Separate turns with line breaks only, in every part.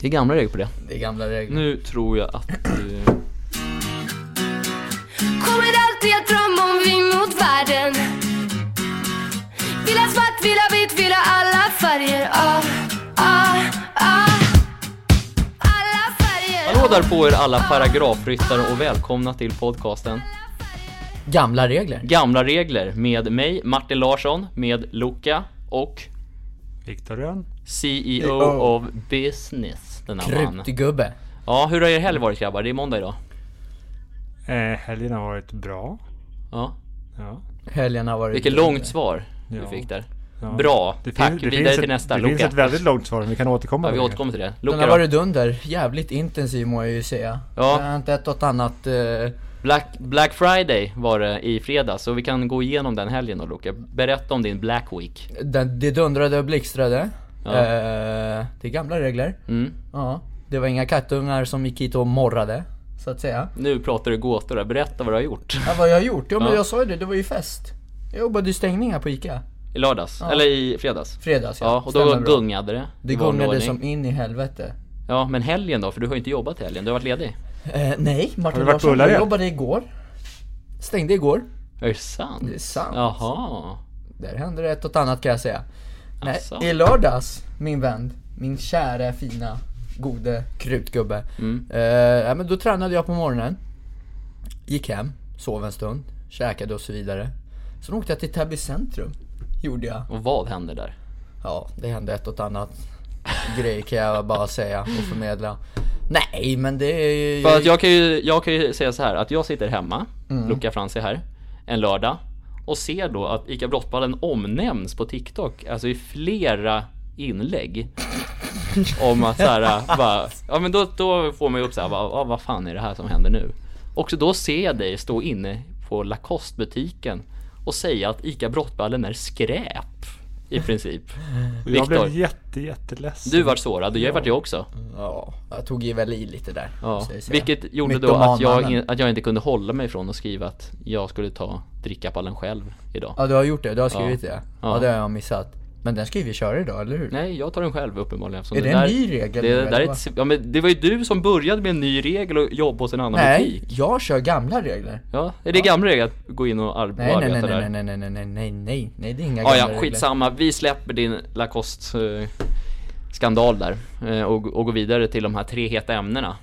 Det är gamla regler på det.
Det är gamla regler.
Nu tror jag att... eh,
Kommer alltid att drömma om vi mot världen Vill ha svart, vill ha vitt, vill ha alla färger ah, ah, ah. Alla färger
Hallå där på er alla paragrafryttare och välkomna till podcasten
Gamla regler.
Gamla regler med mig, Martin Larsson, med Luca och
Viktor Rönn.
E
CEO
Ja.
of Business, den här mannen.
Kryptgubbe.
Ja, hur har er helg varit grabbar? Det är måndag idag.
Eh, helgen har varit bra.
Ja.
Ja.
Helgen har varit...
Vilket långt svar du
Ja.
fick där.
ja.
Bra,
Det
tack.
finns- det
Vidare
finns
till
ett-
nästa,
Det finns
Luca.
ett väldigt långt svar, men vi kan återkomma
Ja, vi
till det.
återkommer till det.
Den
Luca
har
då?
varit dunder. Jävligt intensiv må jag ju säga.
Ja.
Jag har inte ett och annat... Eh,
Black, Black Friday var det i fredags, så vi kan gå igenom den helgen då Luca. Berätta om din Black Week.
den, det dundrade och blixtrade.
Ja.
Eh, det är gamla regler.
Mm.
Ja. Det var inga kattungar som gick hit och morrade, så att säga.
Nu pratar du gåtor där, berätta vad du har gjort.
Ja, vad jag har gjort? Ja, men
Ja.
jag sa ju det, det var ju fest. Jag jobbade ju stängningar på ICA.
I lördags, eller i fredags.
Fredags
Ja, och då
Stämmer bra.
gungade det.
Det
i vanlig
gungade
ordning.
som in i helvete.
Ja, men helgen då? För du har ju inte jobbat helgen, du har varit ledig.
Eh, nej, Martin
du varit på
Larsson, jag
Ullared?
jobbade igår. Stängde igår.
Är det sant?
Det är sant.
Jaha.
Där hände det ett och annat kan jag säga.
Asså.
Nej, i lördags, min vän, min kära fina, gode krutgubbe.
Mm.
Eh, ja, men då tränade jag på morgonen. Gick hem, sov en stund, käkade och så vidare. Sen åkte jag till Täby centrum. Gjorde jag.
Och vad händer där?
Ja, det hände ett och annat grej kan jag bara säga och förmedla. Nej, men det är ju...
För att jag kan ju, jag kan ju säga så här att jag sitter hemma,
Mm.
Luca Frans är här, en lördag och ser då att ICA Brottballen omnämns på TikTok, alltså i flera inlägg. om att så här, bara, ja men då, då får man ju upp så här, bara, ah, vad fan är det här som händer nu? Och så då ser jag dig stå inne på Lacoste-butiken och säga att ICA Brottballen är skräp, i princip.
Och Jag
Viktor.
blev jätte, jätteledsen.
Du vart sårad och jag vart jag också.
Ja, jag tog ju väl i lite där.
Ja,
måste jag säga.
vilket gjorde då att jag, in, att jag inte kunde hålla mig från att skriva att jag skulle ta drickapallen själv idag.
Ja, du har gjort det. Du har skrivit
Ja.
det.
Ja.
Ja. det har jag missat. Men den ska ju vi köra idag, eller hur?
Nej, jag tar den själv uppenbarligen. eftersom
Är det en ny regel nu,
Det, där
eller
är
vad?
ett, ja, men det var ju du som började med en ny regel och jobba hos en annan
Nej,
butik.
jag kör gamla regler.
Ja, är det gamla regel att gå in och ar-
Nej, nej, nej,
arbeta
nej,
där?
nej, nej, nej, nej, nej, nej, nej, det är inga
Ja,
gamla
ja,
regler.
skitsamma. Vi släpper din Lacoste eh, skandal där eh, och, och går vidare till de här tre heta ämnena.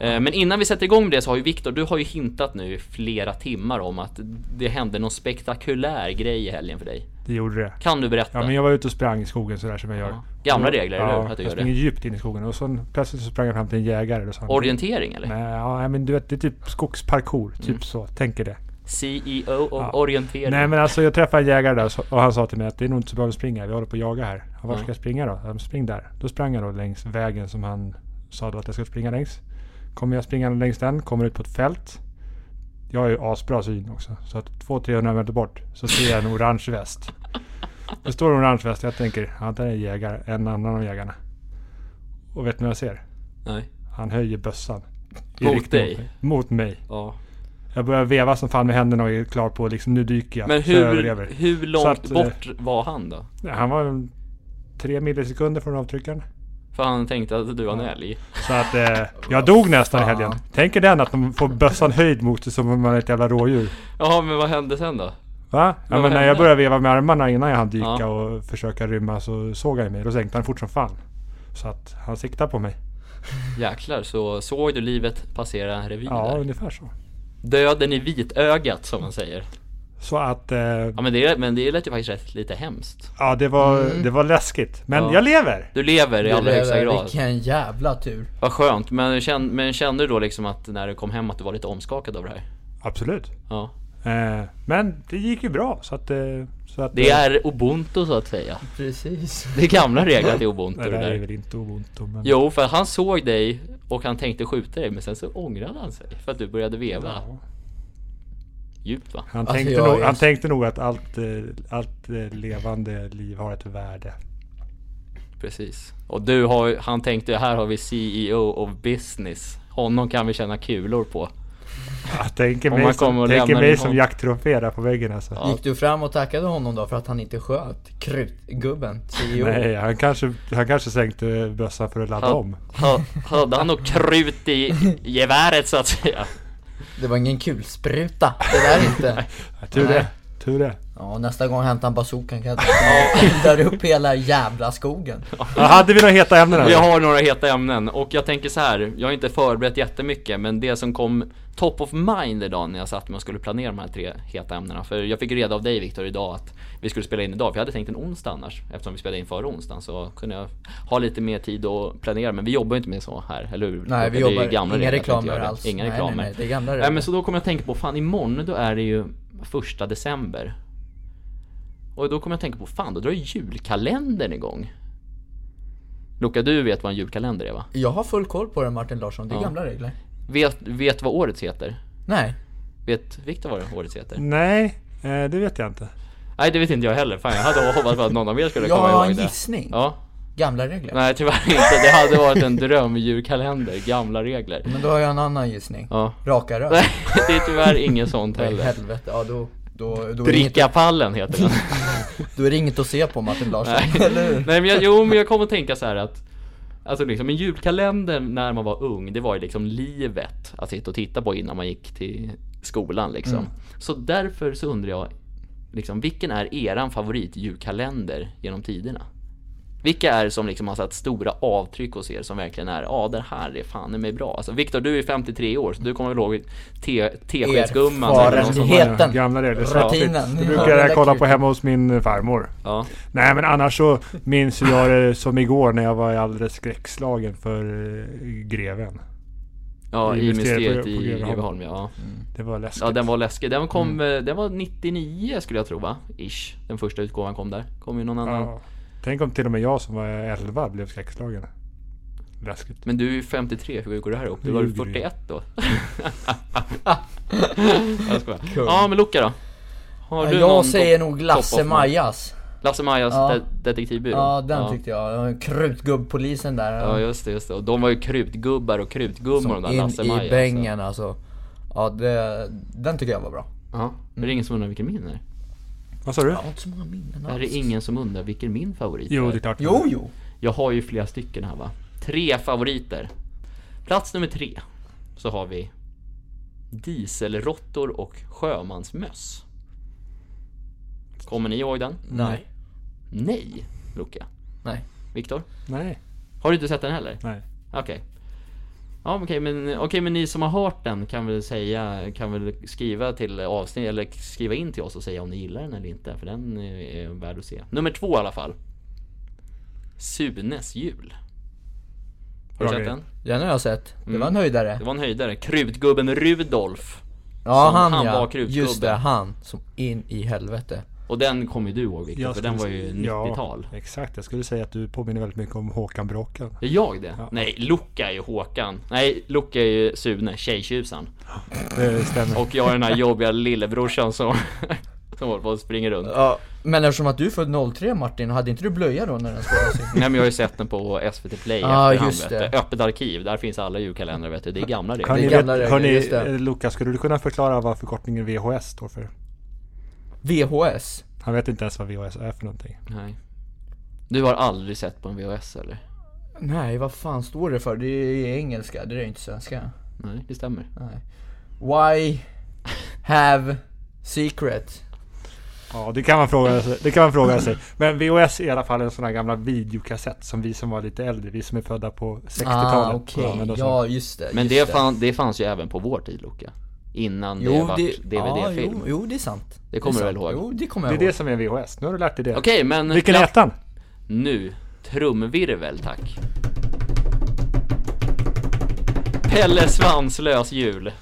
Eh, Men innan vi sätter igång med det så har ju Viktor, du har ju hintat nu i flera timmar om att det hände någon spektakulär grej i helgen för dig.
Det gjorde det.
Kan du berätta?
Ja, men jag var ute och sprang i skogen sådär som jag gör.
Ja. Gamla regler, eller hur?
Ja,
Att du
jag
gör det.
springer djupt in i skogen och så plötsligt så sprang jag fram till en jägare. Och så han,
Orientering eller?
Nej, ja, men du vet, det är typ skogsparkour. Typ
Mm.
så, tänker det.
CEO E och
Ja.
orientering.
Nej men alltså jag träffade en jägare där och så- och han sa till mig att det är nog inte så bra att springa, vi håller på att jaga här. Ja, Var ska
Ja.
jag springa då? Ja, men Spring där. Då sprang jag då längs vägen som han sa då att jag skulle springa längs. Kommer jag springa längs den, kommer ut på ett fält. Jag har ju asbra syn också. Så att 200-300 meter bort så ser jag en orange väst. Det står en orange väst jag tänker, ja där är en jägare, en annan av jägarna. Och vet ni vad jag ser?
Nej.
Han höjer bössan. I
Mot
riktning
dig?
mig. Mot mig.
Ja.
Jag börjar veva som fan med händerna och är klar på liksom, nu dyker jag.
Men
så jag överlever.
hur, hur långt
Så att, eh,
bort var han då?
Nej, Han var en tre millisekunder från avtryckaren.
För han tänkte att du var en älg.
Så att eh, jag dog nästan i helgen.
Fan.
Tänker den att de får bössan höjd mot sig som om man är ett jävla rådjur.
Jaha, men vad hände sen då?
Va?
vad
Ja, men när
hände?
jag började veva med armarna innan jag hann dyka
Ja.
och försöka rymma så såg han ju mig. Då sänkte han fort som fan. Så att han siktade på mig.
Jäklar, så såg du livet passera revyn
Ja,
där?
ungefär så.
Döden i vitögat som man säger.
Så att... Eh,
Ja men det, men det lät ju faktiskt rätt lite hemskt.
ja, det var, det var läskigt. Men
Mm. Ja.
jag lever!
Du lever i
Du
allra
lever,
högsta grad.
Vilken jävla tur.
Vad skönt, men, känn, men kände du då liksom att när du kom hem att du var lite omskakad av det här?
Absolut.
Ja.
Eh, men det gick ju bra. Så att... Eh, så att
Det
eh,
är ubuntu så att säga.
Precis.
Det är gamla regler till ubuntu
Nej,
det
det där är
där.
väl inte ont om, men...
Jo, för han såg dig och han tänkte skjuta dig men sen så ångrade han sig för att du började veva.
Ja.
Djupt va?
Han,
Alltså,
tänkte,
jag
nog,
är-
han tänkte nog att allt, eh, allt eh, levande liv har ett värde.
Precis. Och du E har, han tänkte här har vi CEO of business. Honom kan vi känna kulor på.
Jag tänker
Om
mig,
man kommer
som,
och
tänker
lämnar
mig
din
som
hand.
jakttrofé där på väggen alltså.
Ja.
Gick du fram och tackade honom då för att han inte sköt krutgubben? E CEO?
Nej, han kanske, han kanske sänkte bössan för att ladda om.
Ha- Hade han nog krut i geväret så att säga?
Det var ingen kulspruta, det där inte.
Ja, tur
Nej.
det. Tur det.
Ja, nästa gång hämtar han bazookan kan jag eldar upp hela jävla skogen.
Ja, hade vi några heta ämnen
Vi
här?
har några heta ämnen och jag tänker så här. Jag har inte förberett jättemycket men det som kom top of mind idag när jag satt mig och skulle planera de här tre heta ämnena. För jag fick reda av dig Viktor idag att vi skulle spela in idag. För jag hade tänkt en onsdag annars. Eftersom vi spelade in förra onsdagen så kunde jag ha lite mer tid att planera. Men vi jobbar ju inte med så här, eller hur?
Nej, vi
Det är ju
jobbar-
gamla
inga
regler att inte
reklamer
göra det.
alls.
Inga
Nej, nej,
reklamer.
nej, det är gamla
Nej,
regler.
men så då kommer jag att tänka på, fan imorgon då är det ju första december. Och då kommer jag att tänka på, fan då drar ju julkalendern igång. Luca, du vet vad en julkalender är va?
Jag har full koll på det Martin Larsson, det är gamla regler.
Vet, vet vad årets heter?
Nej,
Vet Viktor vad årets heter?
Nej, eh, det vet jag inte.
Nej det vet inte jag heller, fan jag hade hoppats på att någon av er skulle
jag
komma
har en
ihåg det
gissning.
Ja,
Gamla regler.
nej tyvärr inte, det hade varit en drömdjurkalender, gamla regler
Men då har jag en annan gissning.
Ja,
Raka rör.
nej det är tyvärr inget sånt
Vad i
heller
helvete, ja då, då, då, är det inget,
Drickapallen heter den
då är det inget att se på Martin Larsson,
Nej.
eller hur?
Nej men jag, jo men jag kommer att tänka så här att Alltså liksom en julkalender när man var ung det var ju liksom livet att sitta och titta på innan man gick till skolan liksom.
Mm.
Så därför så undrar jag liksom vilken är eran favorit julkalender genom tiderna? Vilka är det som liksom har satt stora avtryck hos er som verkligen är, ja ah, den här är fan i mig bra. Alltså Viktor du är 53 år så du kommer väl ihåg te- teskedsgumman? eller någon som-
Erfarenhet. Heten.
Gamla- Gamla regler. så
Rutinen.
outfits. Det
Ja,
brukar
det
jag
där
kolla på
kryper.
hemma hos min farmor.
Ja.
Nej men annars så minns jag det som igår när jag var alldeles skräckslagen för eh, greven.
ja, i mysteriet
på-
i
på Greveholm.
Greveholm ja.
Det var läskigt.
Ja den var läskig. Den kom,
Mm.
eh, den var 99 skulle jag tro va? Ish. Den första utgåvan kom där. Kom ju någon annan.
Ja. Tänk om till och med jag som var 11 blev skräckslagen. Läskigt.
Men du är ju 53, hur går det här ihop? Du
Nu
var ju
ljuger du.
41 då. jag skojar. Ja men Luca då? Har du någon
Jag säger
top-
nog
top
Lasse
of mind?
Majas.
Lasse Majas
Ja.
de- detektivbyrå?
Ja, den tyckte jag. Krutgubbpolisen där.
Ja just det, just det. Och de var ju krutgubbar och krutgummor de där
in
Lasse Maja.
i bängen alltså. Ja, det, den tycker jag var bra.
Ja.
Mm.
Är det ingen som undrar vilken min är?
Vad sa du?
Jag har inte så många minnen
Är
alls.
det ingen som undrar vilken min favorit
Jo,
är?
det är klart.
Jo, jo.
Jag har ju flera stycken här va. Tre favoriter. Plats nummer tre. Så har vi Dieselråttor och sjömansmöss. Kommer ni ihåg den?
Nej.
Nej, Luca.
Nej.
Viktor?
Nej.
Har du inte sett den heller?
Nej.
Okej. Ja, men okej, men, okej, men ni som har hört den kan väl säga, kan väl skriva till avsnitt, eller skriva in till oss och säga om ni gillar den eller inte, för den är värd att se. Nummer två i alla fall. Sunes jul. Har du
Bra
sett
grej.
den?
Den har jag sett. Det
Mm.
var en höjdare.
Det var en höjdare. Krutgubben Rudolf.
Ja,
som
han,
han
ja.
var krutgubben.
Just det, han. Som in i helvete.
Och den kommer ju du ihåg Viktor,
Jag
för den var
skulle
ju
säga-
90-tal.
Ja, exakt. Jag skulle säga att du påminner väldigt mycket om Håkan Bråkan.
Är jag det? Nej, Luca är ju Håkan. Nej, Luca är ju Sune, tjejtjusaren.
Det stämmer.
Och jag är den här jobbiga lillebrorsan som, som håller på och springer runt.
Ja, men eftersom att du är född 03 Martin, hade inte du blöja då när den spelades in?
Nej men jag har ju sett den på SVT Play
Ja,
efterhand,
just
vet
det.
du. Öppet arkiv, där finns alla julkalendrar vet du. Det är gamla regler.
Kan ni
gamla
vet-
regler, just det.
Hörni, Lukas, skulle du kunna förklara vad förkortningen VHS står för?
VHS.
Han vet inte ens vad VHS är för någonting.
Nej. Du har aldrig sett på en VHS eller?
Nej, vad fan står det för? Det är engelska, det är inte svenska.
Nej, det stämmer.
Why have secret?
Ja, det kan man fråga sig. Det kan man fråga sig. Men VHS är i alla fall en sån här gamla videokassett som vi som var lite äldre, vi som är födda på
Ah,
60-talet.
okej.
använde oss av.
Ja, just det.
Men
just
det, fan, det fanns ju även på vår tid Luca. Innan det vart
ja,
DVD-film.
jo, jo, det är sant.
Det kommer du
är
väl
sant.
ihåg?
Jo, det kommer
Det är
jag ihåg.
det som är VHS. Nu har du lärt dig det.
Okej men
Vilken är
klapp
ettan?
nu. Trumvirvel tack. Pelle Svanslös jul.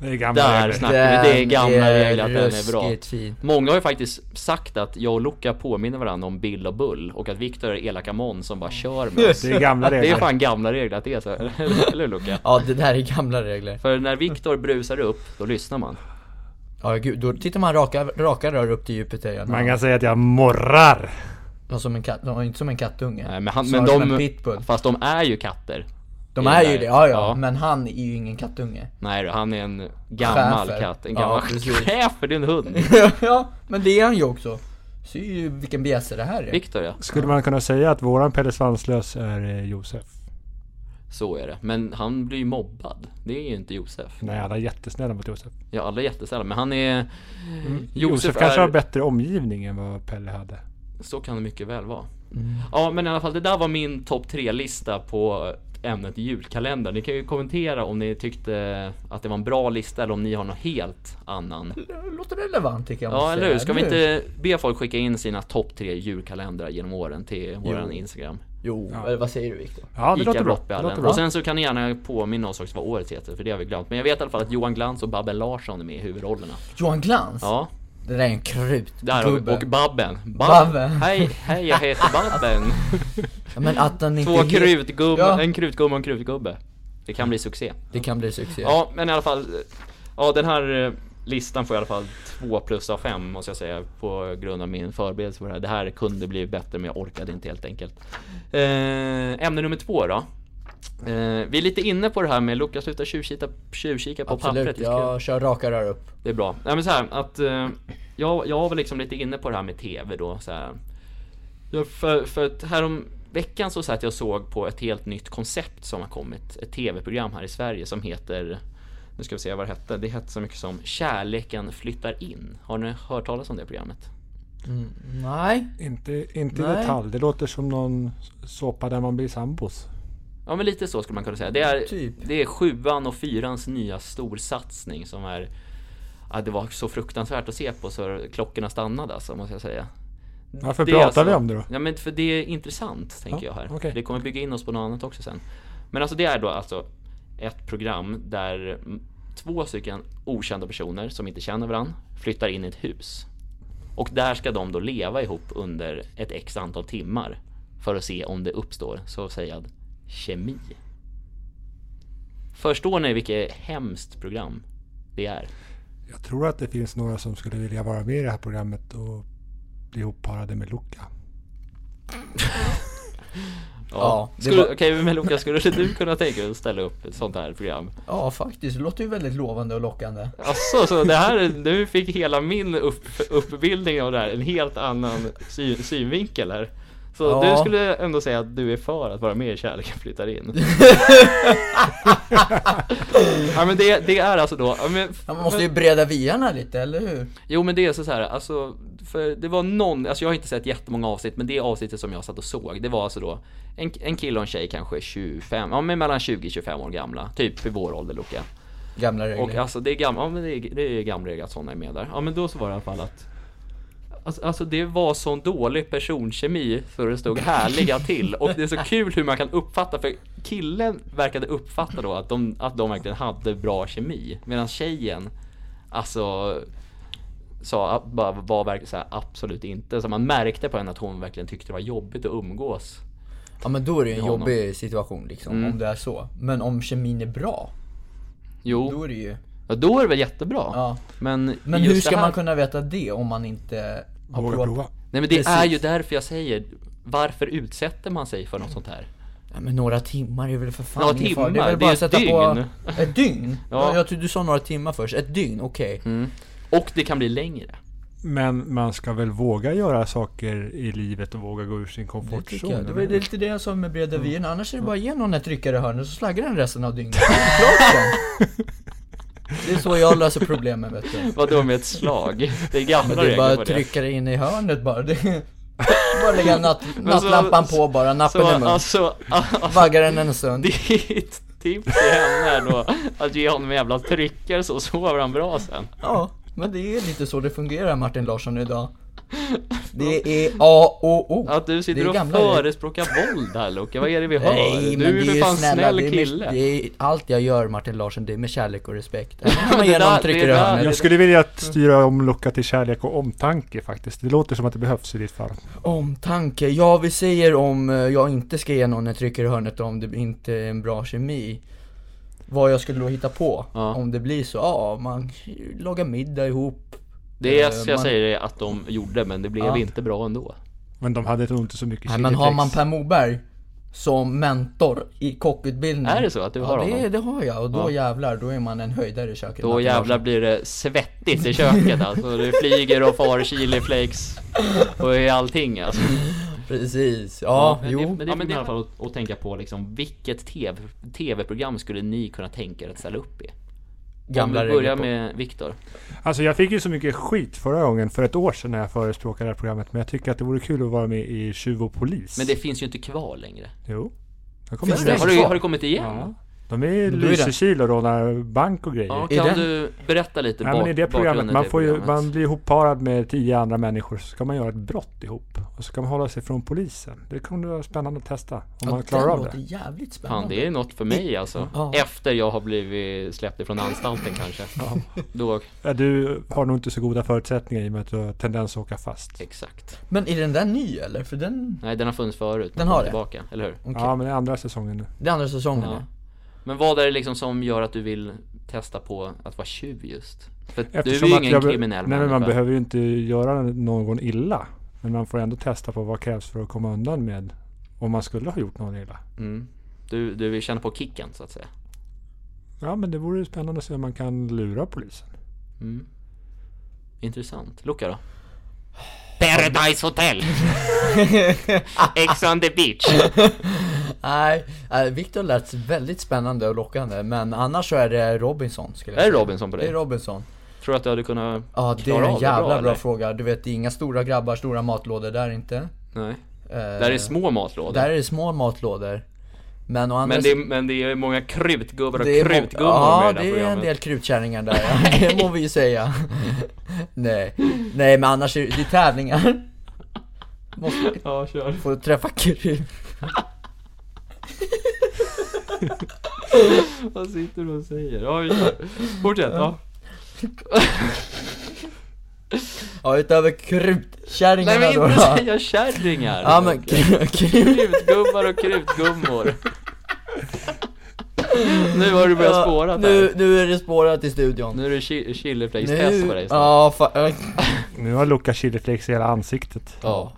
Det är gamla
Där
regler.
snackar vi. Det är gamla regler att den är bra.
ruskigt fin.
Många har ju faktiskt sagt att jag och Luca påminner varandra om Bill och Bull och att Viktor är elaka Mon som bara kör med oss.
Det är gamla
Det är
regler.
fan gamla regler att det är så. Eller hur Luca?
Ja, det där är gamla regler.
För när Viktor brusar upp, då lyssnar man.
Ja, gud, då tittar man raka, raka rör upp till Jupiter igen.
Man kan säga att jag morrar.
Ja, som en katt, ja, inte som en kattunge.
Nej, Men, han,
Snarare
men
som en
de,
pitbull.
fast de är ju katter.
De
i
är
den där-
ju det, ja, ja
ja.
Men han är ju ingen kattunge
Nej då, han är en gammal
Schäfer.
katt. En
Ja,
gammal
precis.
schäfer, det är en hund.
Ja, men det är han ju också Ser ju vilken bjässe det här är
Viktor ja,
Skulle man kunna säga att våran Pelle Svanslös är eh, Josef?
så är det. Men han blir ju mobbad. Det är ju inte Josef.
Nej, alla är jättesnälla mot Josef.
Ja, alla är jättesnälla, men han är...
Mm. Josef,
Josef
kanske har
är...
bättre omgivning än vad Pelle hade.
Så kan det mycket väl vara. Ja, men i alla fall, det där var min topp tre-lista på ämnet julkalender. Ni kan ju kommentera om ni tyckte att det var en bra lista eller om ni har någon helt annan.
Låter relevant tycker jag
Ja,
måste
eller
säga.
hur? Ska vi inte be folk skicka in sina topp tre julkalendrar genom åren till våran Instagram?
Jo, eller vad säger du Viktor?
Ja, det
Ica
låter bra. Det låter
Brottballen.
bra.
Och sen så kan ni gärna påminna oss också vad året heter, för det har vi glömt. Men jag vet i alla fall att Johan Glans och Babben Larsson är med i huvudrollerna.
Johan Glans?
Ja,
Det där är en krut
där har vi.
gubbe.
Och Babben. Bab-
Babben.
Hej, hej jag heter Babben.
ja, Men att han inte
Två
heter-
krutgubbar,
Ja.
en krutgumma och en krutgubbe. Det kan bli succé.
Det kan bli succé
Ja, men i alla fall. eh, Ja, den här eh, listan får i alla fall två plus av fem måste jag säga på grund av min förberedelse för det här. Det här kunde bli bättre men jag orkade inte helt enkelt. Eh, ämne nummer två då. Eh, vi är lite inne på det här med Lukas sluta tjuvkika, tjuvkika på
Absolut,
pappret. Det är så kul.
jag kör raka rör upp
Det är bra. Nej men så här, att eh, jag, jag var väl liksom lite inne på det här med TV då så här. Jag, för, för att härom veckan så satt jag och såg på ett helt nytt koncept som har kommit. Ett TV-program här i Sverige som heter nu ska vi se vad det hette. Det hette så mycket som Kärleken flyttar in. Har ni hört talas om det programmet?
Nej
Inte, inte i
Nej.
detalj. Det låter som någon såpa där man blir sambos.
Ja men lite så skulle man kunna säga. Det är,
Typ.
det är sjuan och fyrans nya storsatsning som är... Ja, det var så fruktansvärt att se på så klockorna stannade alltså, måste jag säga.
Varför
Det är
pratar
alltså-
vi om det då?
Ja men för det är intressant tänker
Ja,
jag här.
okej.
Det kommer bygga in oss på något annat också sen. Men alltså det är då alltså ett program där mm, två stycken okända personer som inte känner varandra flyttar in i ett hus. Och där ska de då leva ihop under ett x antal timmar för att se om det uppstår så sägad kemi. Förstår ni vilket hemskt program det är?
Jag tror att det finns några som skulle vilja vara med i det här programmet och bli ihopparade med Luca.
Ja, det
skulle,
var-
Okej men Lukas, skulle du kunna tänka dig att ställa upp ett sånt här program?
Ja faktiskt, det låter ju väldigt lovande och lockande
Alltså, så det här, nu fick hela min upp, uppbildning av det här en helt annan syn, synvinkel här. Så
Ja.
du skulle ändå säga att du är för att vara med i Kärleken flyttar in? ja men det, det är alltså då, ja, men,
Man måste ju breda vyarna lite, eller hur?
Jo men det är så här, alltså, för det var någon, alltså jag har inte sett jättemånga avsnitt, men det avsnittet som jag satt och såg, det var alltså då en, en kille och en tjej kanske 25, ja men mellan 20-25 år gamla, typ för vår ålder Luca.
Gamla regler
Och alltså det är gamla, ja men det är, det är gamla regler att sådana är med där. Ja men då så var det i alla fall att Alltså, alltså det var sån dålig personkemi för det stod härliga till och det är så kul hur man kan uppfatta för killen verkade uppfatta då att de, att de verkligen hade bra kemi medan tjejen alltså sa, bara var verkligen så här, absolut inte så man märkte på henne att hon verkligen tyckte det var jobbigt att umgås.
Ja men då är det ju en
Ja,
jobbig situation liksom,
Mm.
om det är så Men om kemin är bra, då
Jo,
är det ju
ja, då är det väl jättebra.
Ja.
Men,
Men
just
hur
det
ska
här-
man kunna veta det om man inte har
Våga
provat?
prova.
Nej men det
Precis.
är ju därför jag säger Varför utsätter man sig för något sånt här?
Ja, men några timmar är väl för fan
Några
ingen fara.
timmar, det är ett
på... Ett dygn?
Ja. Mm.
ja. Jag trodde du sa några timmar först, ett dygn, okej
Och det kan bli längre
Men man ska väl våga göra saker i livet och våga gå ur sin
Det tycker jag,
komfortzon.
det Mm. var ju
eller?
lite det jag sa med breda vyerna, annars är det bara ge någon ett ryckare i hörnet så slaggar den resten av dygnet Det är klart sen. Det är så jag löser problemen vet du
Vadå med ett slag? Det är gamla
Men det är
regler
bara
på
att
det.
trycka det in i hörnet bara. Det är, bara lägga natt, nattlampan på bara, nappen
Så
i mun.
alltså, alltså
Vagga den en stund.
ditt tips till henne är då Att ge honom en jävla tryckare så sover han bra sen
Ja, men det är lite så det fungerar Martin Larsson idag. Det är A och O.
Att du
Det
sitter
är
och
gamla regler.
förespråkar våld här Luca, vad är det vi hör? du är ju för fan snäll
det är,
kille
med, det är allt jag gör Martin Larsson, det är med kärlek och respekt. Även om
det
jag
där-
någon
det
trycker i
där-
hörnet.
Jag skulle vilja att
Mm.
styra om Luca till kärlek och omtanke faktiskt. Det låter som att det behövs i ditt fall.
Omtanke, ja vi säger om eh, jag inte ska ge någon en trycker i hörnet om det inte är en bra kemi Vad jag skulle då hitta på
Ja.
om det blir så, ja man lagar middag ihop
Det är
Eh,
så jag
man-
säger det att de gjorde men det blev
Ja.
inte bra ändå
Men de hade nog inte så mycket
Nej men har
chiliflex.
man Per Moberg som mentor i kockutbildning.
Är det så att du har
Mm. ja, det,
honom?
det har jag och då
Ja.
jävlar, då är man en höjdare i köket.
Då
Martin
jävlar
Larsson.
blir det svettigt i köket alltså. Det flyger och far chili flakes och i allting alltså.
Precis, ja,
men
jo.
Det, men det är
ja,
i alla fall att, att tänka på liksom, vilket TV, tv-program skulle ni kunna tänka er att ställa upp i?
gamla
Om vi börjar
regler på-
med Viktor.
Alltså jag fick ju så mycket skit förra gången, för ett år sedan när jag förespråkade det här programmet. Men jag tycker att det vore kul att vara med i Tjuv och polis.
Men det finns ju inte kvar längre.
Jo. Jag kommer
Finns
ihåg.
det?
Har, du, har det kommit igen?
Ja. De är i
Men då är det-
Lysekil och rånar bank och grejer.
Ja,
Är
kan
den-
du berätta lite
Nej men i det programmet,
bakgrunden
man,
till
får ju,
programmet?
man blir ihopparad med tio andra människor så ska man göra ett brott ihop. Och så ska man hålla sig från polisen. Det kommer vara spännande att testa om man klarar
den
av
låter
det.
jävligt spännande.
Fan, det är något för mig alltså.
Ja.
Efter jag har blivit släppt ifrån anstalten kanske. Då,
Ja, Du har nog inte så goda förutsättningar i och med att du har tendens att åka fast.
exakt.
Men är den där ny eller? För den,
Nej, den har funnits förut.
Den har det?
Tillbaka, eller hur?
okej.
Ja, men det är andra säsongen nu.
Det är andra säsongen
Ja.
ja.
Men vad är det liksom som gör att du vill testa på att vara tjuv just? För
Eftersom
du är
att
ju ingen
jag be-
kriminell
Nej, men man
människa.
behöver ju inte göra någon illa. Men man får ändå testa på vad krävs för att komma undan med om man skulle ha gjort någon illa.
mm. du, du vill känna på kicken så att säga.
Ja, men det vore ju spännande att se om man kan lura polisen.
Mm. Intressant. Luca då? Paradise Hotel! Ex on the beach!
Nej, eh, Victor lät väldigt spännande och lockande men annars så är det Robinson skulle jag
Är det
säga.
Robinson på
Det är
dig?
Robinson.
Tror du att du hade kunnat
Ja, det är
klara
en
av det
jävla
bra,
bra,
eller?
fråga. Du vet, det är inga stora grabbar, stora matlådor där inte.
Nej.
Eh,
Där är små matlådor.
Där är det små matlådor. Men å andra
Men det, är, men det är många krutgubbar och
det är må-
krutgummor
Ja,
med i det
det är
här
en
programmet.
del krutkärringar där, ja. det må vi ju säga. Nej, nej men annars är det, det är tävlingar. Måste
Ja, kör.
få träffa krut.
Vad sitter du och säger? Ja, vi kör. Fortsätt. Ja.
Ja, utöver
Nej,
krutkärringarna
men
då.
inte
då.
säga kärringar!
Ja men kru- krut.
Krutgubbar och krutgummor. nu har du börjat spåra
Ja,
nu.
nu, nu är det spårat i studion.
nu är det chi- chiliflakes-test på dig. snart.
ja, fa- eh,
Nu har Luca chiliflakes i hela ansiktet.
Ja.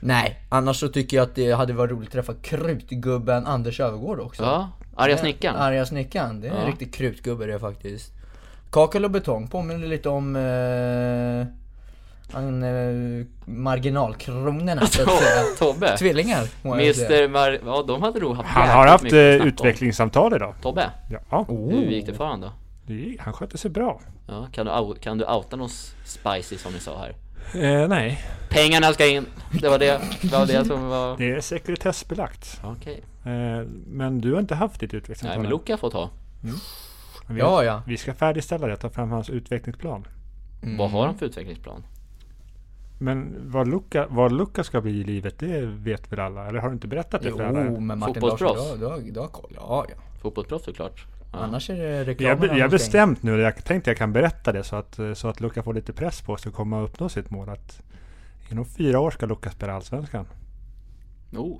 Nej, annars så tycker jag att det hade varit roligt att träffa krutgubben Anders Övergård också. Eh,
ja. Arga snickaren.
Arga snickaren, det är en
Ja.
riktig krutgubbe det faktiskt. Kakel och betong påminner lite om eh, han, eh, marginalkronorna så att säga.
Tobbe.
Tvillingar må jag säga.
Mr. Mar... Ja, de hade nog haft
Han har
jäkligt
haft
mycket att
eh,
snacka om.
utvecklingssamtal idag.
Tobbe,
Ja, Oh.
Oh.
hur gick det för honom då?
det- han skötte sig bra.
Ja, kan, du, au- kan du outa någon spicy som ni sa här?
Eh, nej,
Pengarna ska in! Det var det, det, var det som var...
det är sekretessbelagt.
Okej.
Eh, men du har inte haft ditt
Nej,
utvecklingssamtal.
men
än.
Luca får ta.
vi,
Ja, ja. Mm.
vi ska färdigställa det, ta fram hans utvecklingsplan.
Vad har han för utvecklingsplan?
Men vad Luca, vad Luca ska bli i livet, det vet väl alla? Eller har du inte berättat det
Jo,
för alla? än?
men Martin
Fotbollsproffs.
Larsson, du har, du har, du har koll. Ja, ja.
Fotbollsproffs såklart. Ja.
Annars är det
Jag
reklamen.
har jag bestämt nu, jag tänkte jag kan berätta det så att, eh, så att Luca får lite press på sig att komma och uppnå sitt mål. Att inom fyra år ska Luca spela Allsvenskan.
Oh.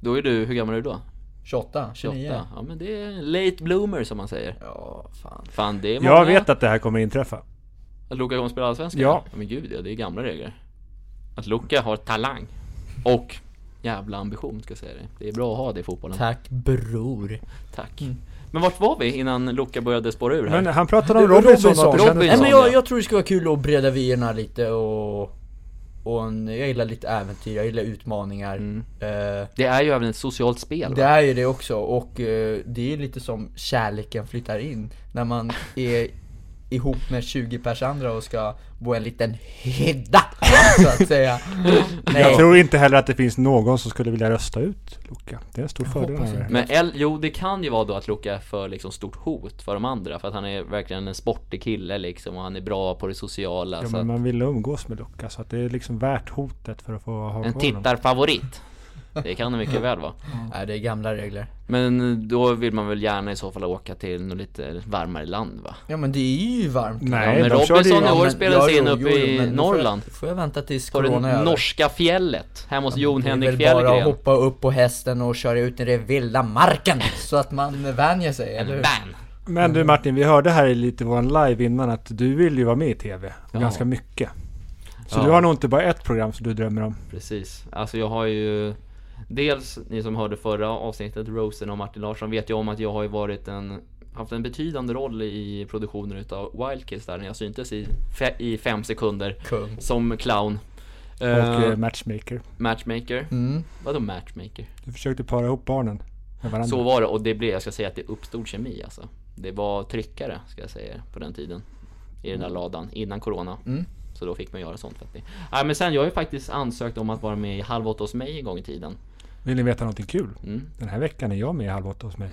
Då är du, hur gammal är du då?
28,
28?
29.
Ja men det är late bloomer som man säger.
Ja, fan.
Fan det är många.
Jag vet att det här kommer inträffa.
Att Luka kommer spela Allsvenskan?
Ja.
Men gud ja, det är gamla regler. Att Luka har talang. Och jävla ambition ska jag säga det. Det är bra att ha det i fotbollen.
Tack bror.
Tack. Men vart var vi innan Luka började spåra ur här?
Men han pratade om Robinson, och att det kändes-
Nej, men
ja.
jag, jag tror det skulle vara kul att breda vyerna lite och... och en, jag gillar lite äventyr, jag gillar utmaningar. Eh,
Det är ju även ett socialt spel
det
va?
är ju det också och eh, det är lite som kärleken flyttar in. När man är ihop med 20 pers andra och ska bo en liten hydda så att säga.
Jag tror inte heller att det finns någon som skulle vilja rösta ut Luca. Det är en stor fördel.
hoppas
med det.
inte.
Men El, jo det kan ju vara då att Luka är för liksom stort hot för de andra. För att han är verkligen en sportig kille liksom och han är bra på det sociala.
Ja,
så
men
att,
man vill umgås med Luca så att det är liksom värt hotet för att få ha
en
kvar honom.
tittarfavorit. Det kan det mycket väl vara.
Nej, det är gamla regler.
Men då vill man väl gärna i så fall åka till något lite varmare land va?
Ja men det är ju varmt.
Ja,
Nej,
men
de körde
Robinson i
ju...
år
men-
spelades
ja,
in
jo,
uppe
jo, jo,
i
men då
Norrland.
Får jag, får jag vänta tills
På
corona är
det
över?
norska fjället, hemma hos Jon
Det är
Henrik
väl bara att
Fjällgren.
hoppa upp på hästen och köra ut i den vilda marken så att man vänjer sig, eller hur?
Bam!
Men du Martin, vi hörde här i lite våran live innan att du vill ju vara med i TV. Och
Ja.
ganska mycket. Så
Ja.
du har nog inte bara ett program som du drömmer om.
Precis. Alltså jag har ju Dels ni som hörde förra avsnittet, Rosen och Martin Larsson, vet ju om att jag har ju varit en haft en betydande roll i produktionen utav Wildkiss där när jag syntes i, fe, i fem sekunder
Kung.
som clown.
Och
Eh,
eh, matchmaker.
matchmaker?
Mm.
Vadå matchmaker?
Du försökte para ihop barnen med varandra.
Så var det och det blev, jag ska säga att det uppstod kemi alltså. Det var tryckare, ska jag säga er, på den tiden. I den där
Mm.
ladan, innan Corona. Så då fick man göra sånt faktiskt. Nej men sen, jag har ju faktiskt ansökt om att vara med i Halv åtta hos mig en gång i tiden.
Vill ni veta någonting kul?
Mm.
Den här veckan är jag med i Halv åtta hos mig.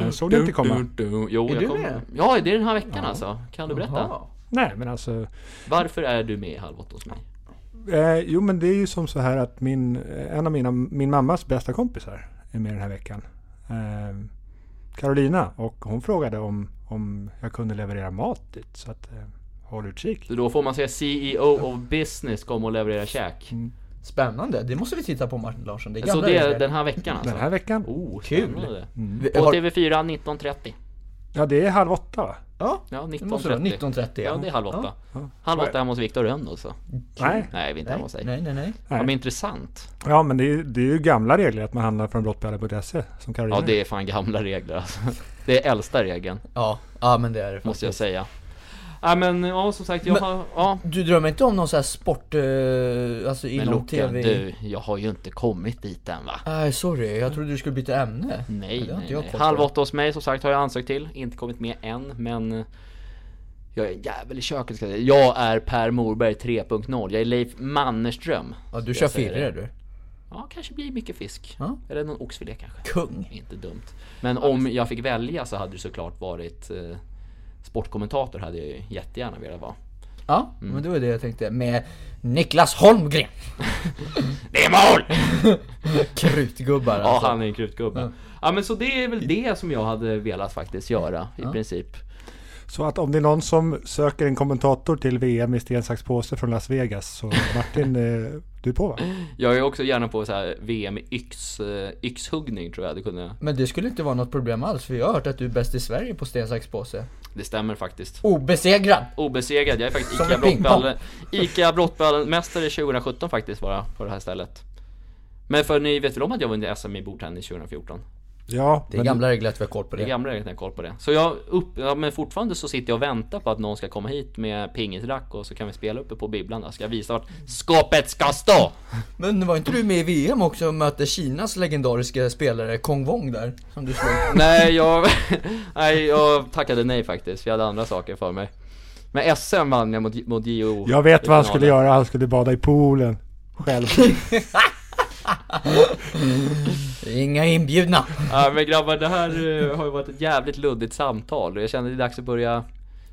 Den såg du inte komma.
Jo, jag
du
kommer-
med?
Ja, det är den här veckan alltså. Kan du berätta?
Jaha.
Nej, men alltså.
Varför är du med i Halv åtta hos mig?
Eh, jo, men det är ju som så här att min, eh, en av mina, min mammas bästa kompisar är med den här veckan. Eh, Carolina. Och hon frågade om, om jag kunde leverera mat dit. Så att, eh, håll utkik.
Så då får man säga CEO of business kommer och leverera käk.
Spännande, det måste vi titta på Martin Larsson. Det är
Så
Mm. gamla
det är
regler.
den här veckan alltså?
Den här veckan.
Oh,
Kul.
spännande.
Vi-
På
har-
TV4 19.30.
Ja, det är Halv åtta va?
Ja,
Ja,
det måste det vara
19.30.
1930.
Ja, det är halv åtta.
Ja.
Halv åtta hemma hos Viktor Rönn också.
Nej.
Nej, vi är inte hemma hos dig.
Nej, nej, nej.
Ja,
Nej.
men intressant.
Ja, men det är, det är ju gamla regler att man handlar från blottbärare.se som Carolina.
Ja, det är fan gamla regler alltså. Det är äldsta regeln,
Ja, ja men det är det faktiskt.
måste jag säga. Ja, men ja, som sagt, jag
Men-
har... Ja.
Du drömmer inte om någon sån här sport, eh, alltså
Men
inom
Loke,
TV?
du, jag har ju inte kommit dit än va?
Nej, sorry. Jag trodde du skulle byta ämne.
Nej,
det har
nej,
inte jag
nej.
koll på.
Halv åtta hos mig som sagt har jag ansökt till. Inte kommit med än, men eh, jag är en jävel i köket ska jag säga. Jag är Per Morberg 3.0. Jag är Leif Mannerström.
Ja, du
ska
kör
jag säga
firre
det.
du.
Ja, kanske blir mycket fisk.
Ja.
Eller någon oxfilé kanske.
Kung.
Inte dumt. Alltså- Men om jag fick välja så hade det såklart varit eh, sportkommentator hade jag ju jättegärna velat vara.
Ja,
Mm.
men det var det jag tänkte. Med Niklas Holmgren.
Det är mål!
Krutgubbar
Ja,
alltså.
han är en krutgubbe. Ja. men så det är väl det som jag hade velat faktiskt göra i princip.
Så att om det är någon som söker en kommentator till VM i sten, sax, påse från Las Vegas så Martin, eh, du är på va?
Jag är också gärna på så här VM i yx, eh, yxhuggning tror jag hade kunnat.
Men det skulle inte vara något problem alls, för jag har hört att du är bäst i Sverige på sten, sax, påse.
Det stämmer faktiskt.
Obesegrad!
Obesegrad. Jag är faktiskt
Som
ICA
en pingpong.
Brottballen, ICA Brottballen-mästare 2017 faktiskt bara på det här stället. Men för ni vet väl om att jag vann SM i bordtennis 2014?
Ja,
Det är gamla regler att vi har koll på
Det är
det.
gamla regler att jag har koll på det. Så jag upp, ja, men fortfarande så sitter jag och väntar på att någon ska komma hit med pingisrack och så kan vi spela uppe på bibblan där. Ska jag visa vart skåpet ska stå!
Men var inte du med i VM också och mötte Kinas legendariska spelare Kong Wong där? Som du slog.
nej, jag, nej, jag tackade nej faktiskt. för Jag hade andra saker för mig. Men SM vann jag mot, mot JO.
jag vet
i
vad
finalen.
han skulle göra. Han skulle bada i poolen själv.
Inga inbjudna!
Ja, men grabbar, det här eh, har ju varit ett jävligt luddigt samtal och jag känner det är dags att börja...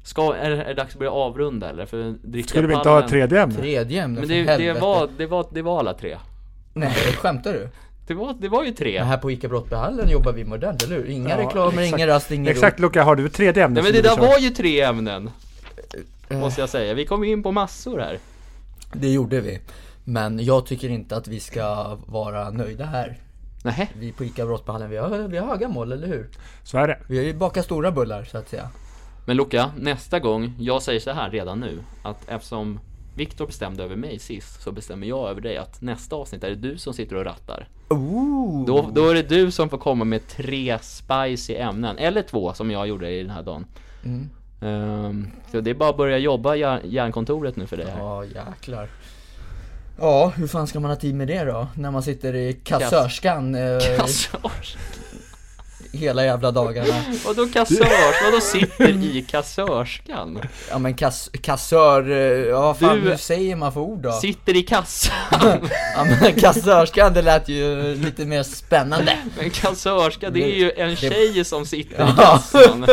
Ska, är, är det dags att börja avrunda eller? För dricka
Skulle vi inte ha ett tredje ämne?
Tredje ämne
Men
för
det, det,
helvete.
var, det, var, det var alla tre.
Nej, skämtar du?
Det var, det var ju tre.
Men här på ICA Brottbyhallen jobbar vi modernt, eller hur? Inga
Ja,
reklamer,
exakt.
ingen rast, ingen
Exakt Luca, har du ett tredje ämne?
Nej men
som
det
du
där
vill
var ju tre ämnen!
Eh.
Måste jag säga, vi kom in på massor här.
ro. Det gjorde vi. Men jag tycker inte att vi ska vara nöjda här.
Nähä?
Vi på ICA Brottbyhallen, vi har, vi har höga mål, eller hur?
köra? Så är det.
Vi har ju bakat stora bullar, så att säga.
Men Luca, nästa gång, jag säger så här redan nu, att eftersom Viktor bestämde över mig sist, så bestämmer jag över dig att nästa avsnitt är det du som sitter och rattar.
Ooh.
Då, då är det du som får komma med tre spicy ämnen, eller två som jag gjorde i den här dagen. Ehm, så det är bara att börja jobba hjär- järnkontoret nu för dig här.
Ja, jäklar. Ja, hur fan ska man ha tid med det då? När man sitter i kassörskan eh,
Kassörs?
hela jävla dagarna.
Vadå kassörs? Vadå sitter i kassörskan?
Ja men kass, kassör, eh, ja vad fan
Du-
hur säger man för ord då?
Sitter i kassan?
Ja men kassörskan, det lät ju lite mer spännande.
Men kassörska, det är ju en tjej som sitter i
Ja.
kassan.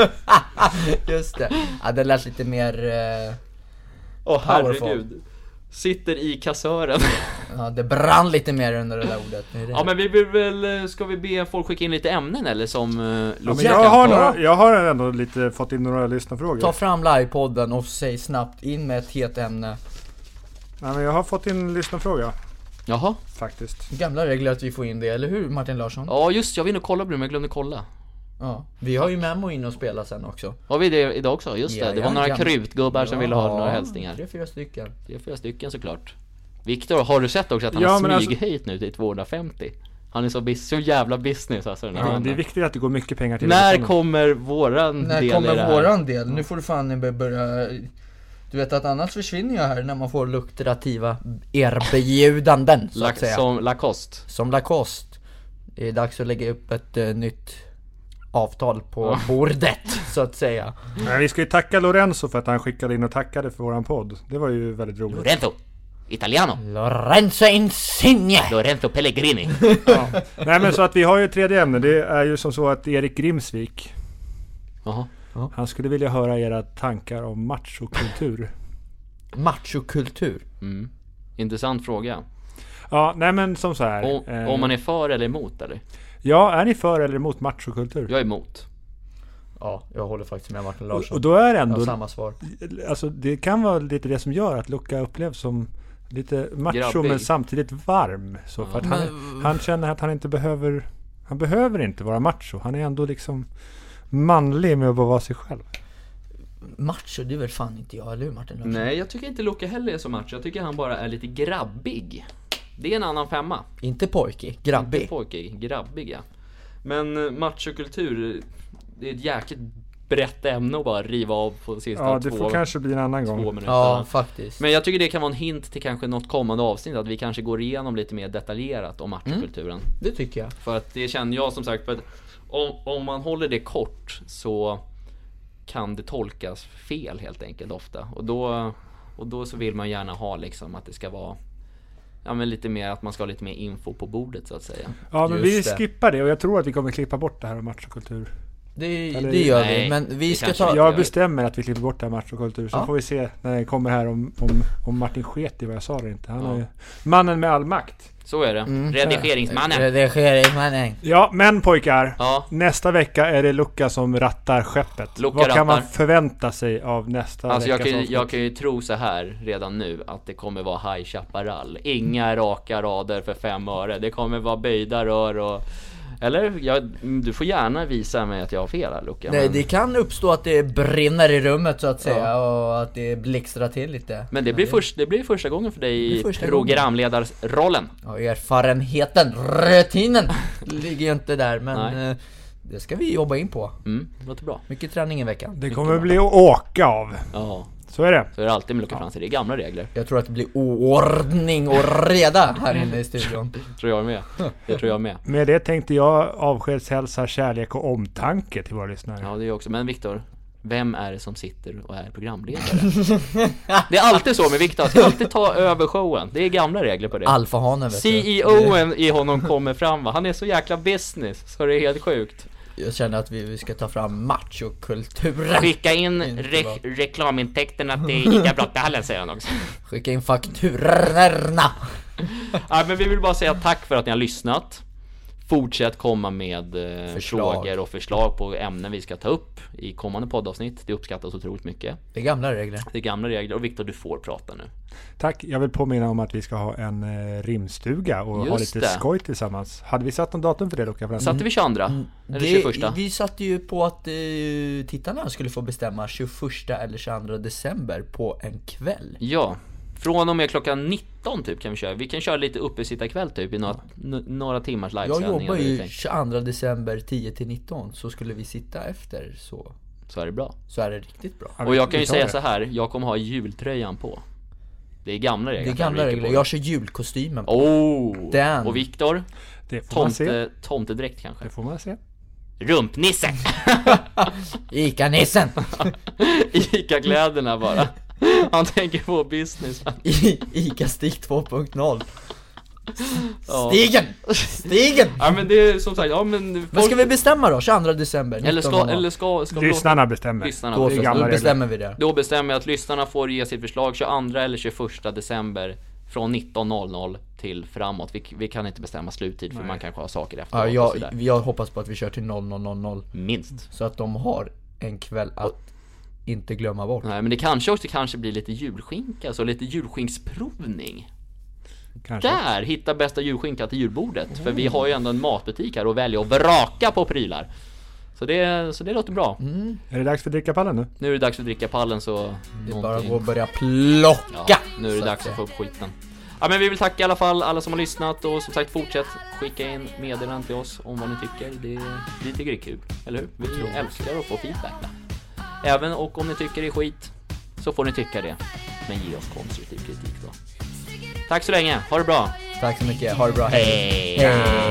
Just det. Ja det lät lite mer, eh,
Åh
Powerful.
herregud. Sitter i kassören.
ja det brann lite mer under det där ordet. Det är det.
Ja men vi vill väl, ska vi be folk skicka in lite ämnen eller som eh,
Ja, men
Luca
jag,
kan
har
ta?
några, jag har ändå lite fått in några lyssnarfrågor.
Ta fram livepodden och säg snabbt in med ett het ämne.
Nej, men jag har fått in en lyssnarfråga
Jaha?
faktiskt.
Gamla regler att vi får in det, eller hur Martin Larsson?
Ja just jag vill nog kolla på det men jag glömde kolla.
Ja. Vi har ju Memo in och spela sen också.
Har vi det idag också? Just det, det var några
Jajamän.
krutgubbar som ville ha några hälsningar.
Tre, fyra stycken.
Det är fyra stycken såklart. Viktor, har du sett också att han
Ja,
har
men alltså-
smyghöjt nu till 250? Han är så, bis- så jävla business alltså den här
Ja,
mannen.
det är viktigt att det går mycket pengar till
När
idrotten.
kommer våran
När
del i det
kommer
här?
våran del? Nu får du fan bör- börja Du vet att annars försvinner jag här när man får lukrativa erbjudanden så att
Lac-
säga
som Lacoste.
Som Lacoste Det är dags att lägga upp ett eh, nytt avtal på bordet så att säga
Men vi ska ju tacka Lorenzo för att han skickade in och tackade för våran podd. Det var ju väldigt roligt.
Lorenzo Italiano
Lorenzo Insigne!
Lorenzo Pellegrini
Nej men så att vi har ju ett tredje ämne. Det är ju som så att Erik Grimsvik,
Jaha
han skulle vilja höra era tankar om machokultur.
Machokultur
mm. Intressant fråga
Ja, nej men som så här.
om,
eh,
om man är för eller emot eller?
Ja, är ni för eller emot machokultur?
Jag är emot
Ja, jag håller faktiskt med Martin
Och-
Larsson
Och då är det
Jag har
ändå
samma svar
Alltså det kan vara lite det som gör att Luca upplevs som lite macho
Grabbig.
men samtidigt varm. Så för att han, han känner att han inte behöver, han behöver inte vara macho. Han är ändå liksom manlig med att bara vara sig själv.
Macho, det är väl fan inte jag, eller hur Martin Larsson?
Nej jag tycker inte Luca heller är så macho Jag tycker han bara är lite grabbig Det är en annan femma
Inte pojkig, grabbig
Pojkig, grabbig ja Men eh, machokultur Det är ett jäkligt brett ämne att bara riva av på de sista
Ja, det
två,
får kanske bli en annan
två
gång.
minuterna
Ja, faktiskt
Men jag tycker det kan vara en hint till kanske något kommande avsnitt Att vi kanske går igenom lite mer detaljerat om machokulturen
Det tycker jag
För att det känner jag som sagt, för att om, om man håller det kort så kan det tolkas fel helt enkelt ofta. Och då, och då så vill man gärna ha liksom att det ska vara Ja men lite mer att man ska ha lite mer info på bordet så att säga.
Ja, men vi
Just det.
skippar det och jag tror att vi kommer klippa bort det här om machokultur.
Det,
Eller-
det gör
Nej,
vi, men vi
det
ska
kanske
ta...
vi
Jag
vet.
bestämmer att vi klipper bort det här machokultur. Sen
Ja.
får vi se när det kommer här om, om, om Martin sket i vad jag sa eller inte. Han är ju mannen med all makt.
Mm, Så är det. Redigeringsmannen!
Redigeringsmannen.
Ja, men pojkar.
Ja.
Nästa vecka är det Luca som rattar skeppet.
Luca
Vad kan man
rattar.
förvänta sig av nästa
Alltså jag
veckas
kan, ju,
avsnitt?
jag kan ju tro så här redan nu att det kommer vara High Chaparral. Inga raka rader för fem öre. Det kommer vara böjda rör och... Eller? Jag, du får gärna visa mig att jag har fel här Luca.
Nej,
men-
det kan uppstå att det brinner i rummet så att säga och att det blixtrar till lite.
Men det blir, först, det blir första gången för dig i
blir första
programledarrollen.
Ja, erfarenheten, rutinen ligger ju inte där men
Nej.
eh, det ska vi jobba in på.
Mm, det låter bra.
Mycket träning i veckan.
Det kommer bli att åka av.
Ja,
Så är det.
så är det alltid med Luca Franzi. Det är gamla regler.
Jag tror att det blir oordning och reda här inne i studion.
Tror jag med. Det tror jag med.
Med det tänkte jag avskedshälsa kärlek och omtanke till våra lyssnare.
Ja, det är jag också. Men Viktor, vem är det som sitter och är programledare? Det är alltid så med Viktor, han ska alltid ta över showen. Det är gamla regler på det.
Alfahanen vet du.
E CEOen i honom kommer fram va? Han är så jäkla business, så det är helt sjukt.
Jag känner att vi, vi ska ta fram machokulturen.
Skicka in re-
Inte
reklamintäkterna till ICA Brottehallen säger han också.
Skicka in fakturorna.
Ja, men vi vill bara säga tack för att ni har lyssnat. Fortsätt komma med eh,
Förslag.
frågor och förslag på ämnen vi ska ta upp i kommande poddavsnitt. Det uppskattas otroligt mycket.
Det är gamla regler.
Det är gamla regler och Viktor, du får prata nu.
Tack. Jag vill påminna om att vi ska ha en eh, rimstuga och ha
Just
lite
det.
skoj tillsammans. Hade vi satt någon datum för det Luca? Fransson?
Satte vi 22? Eller
Mm. Det-
21?
Vi satte ju på att eh, tittarna skulle få bestämma 21 eller 22 december på en kväll.
Ja. Från och med klockan 19 typ kan vi köra. Vi kan köra lite uppesittarkväll typ i några, n- några timmars
Jag
livesändning.
jobbar
eller
ju
någonting.
22 december 10 till 19 så skulle vi sitta efter så,
Så är det bra.
så är det riktigt bra.
Ja, vi-
Och jag
vi
kan ju
tar
säga
det.
så här, jag kommer ha jultröjan på. Det är gamla regler.
Det är
att jag
gamla
ryker
regler,
på
jag kör julkostymen.
den. Oh!
Den.
Och Viktor?
Det får man se.
Tomte, tomtedräkt kanske?
Det får man se.
Rumpnisse!
Ica-nissen!
Ica-kläderna bara. Han tänker på business.
I- Ica-stig 2.0.
Ja.
Stigen! Stigen!
ja men det är som sagt, ja men...
Vad ska
folk-
vi bestämma då? 22 december?
Eller ska,
19.00.
eller ska, ska vi låta
Lyssnarna bestämmer.
lyssnarna?
Då,
det är
så,
gamla
då
regler.
bestämmer vi det.
Då bestämmer jag att lyssnarna får ge sitt förslag 22 eller 21 december från 19.00 till framåt. Vi, vi kan inte bestämma sluttid för man kanske har saker efteråt
Ja,
och
jag,
sådär.
jag hoppas på att vi kör till 00.00.
Minst.
Så att de har en kväll att inte glömma bort.
Nej, men det kanske också kanske blir lite julskinka, så lite julskinksprovning.
Kanske.
Där! Hitta bästa julskinka till julbordet. För vi har ju ändå en matbutik här och välja och vraka på prylar. Så det, så det låter bra.
Mm.
Är det dags för drickapallen nu?
Nu är det dags att dricka pallen så...
Det är bara att
någonting-
gå och börja plocka!
Ja, nu är det
så att
dags att
säga.
få upp skiten. Ja, men vi vill tacka i alla fall alla som har lyssnat och som sagt fortsätt skicka in meddelanden till oss om vad ni tycker. Det, vi tycker det är kul, eller hur? Vi älskar att få feedback. Även och om ni tycker det är skit så får ni tycka det. Men ge oss konstruktiv kritik då. Tack så länge, ha det bra!
Tack så mycket, ha det bra,
Hej!
Hej.
ah, ah, Ah, Ah,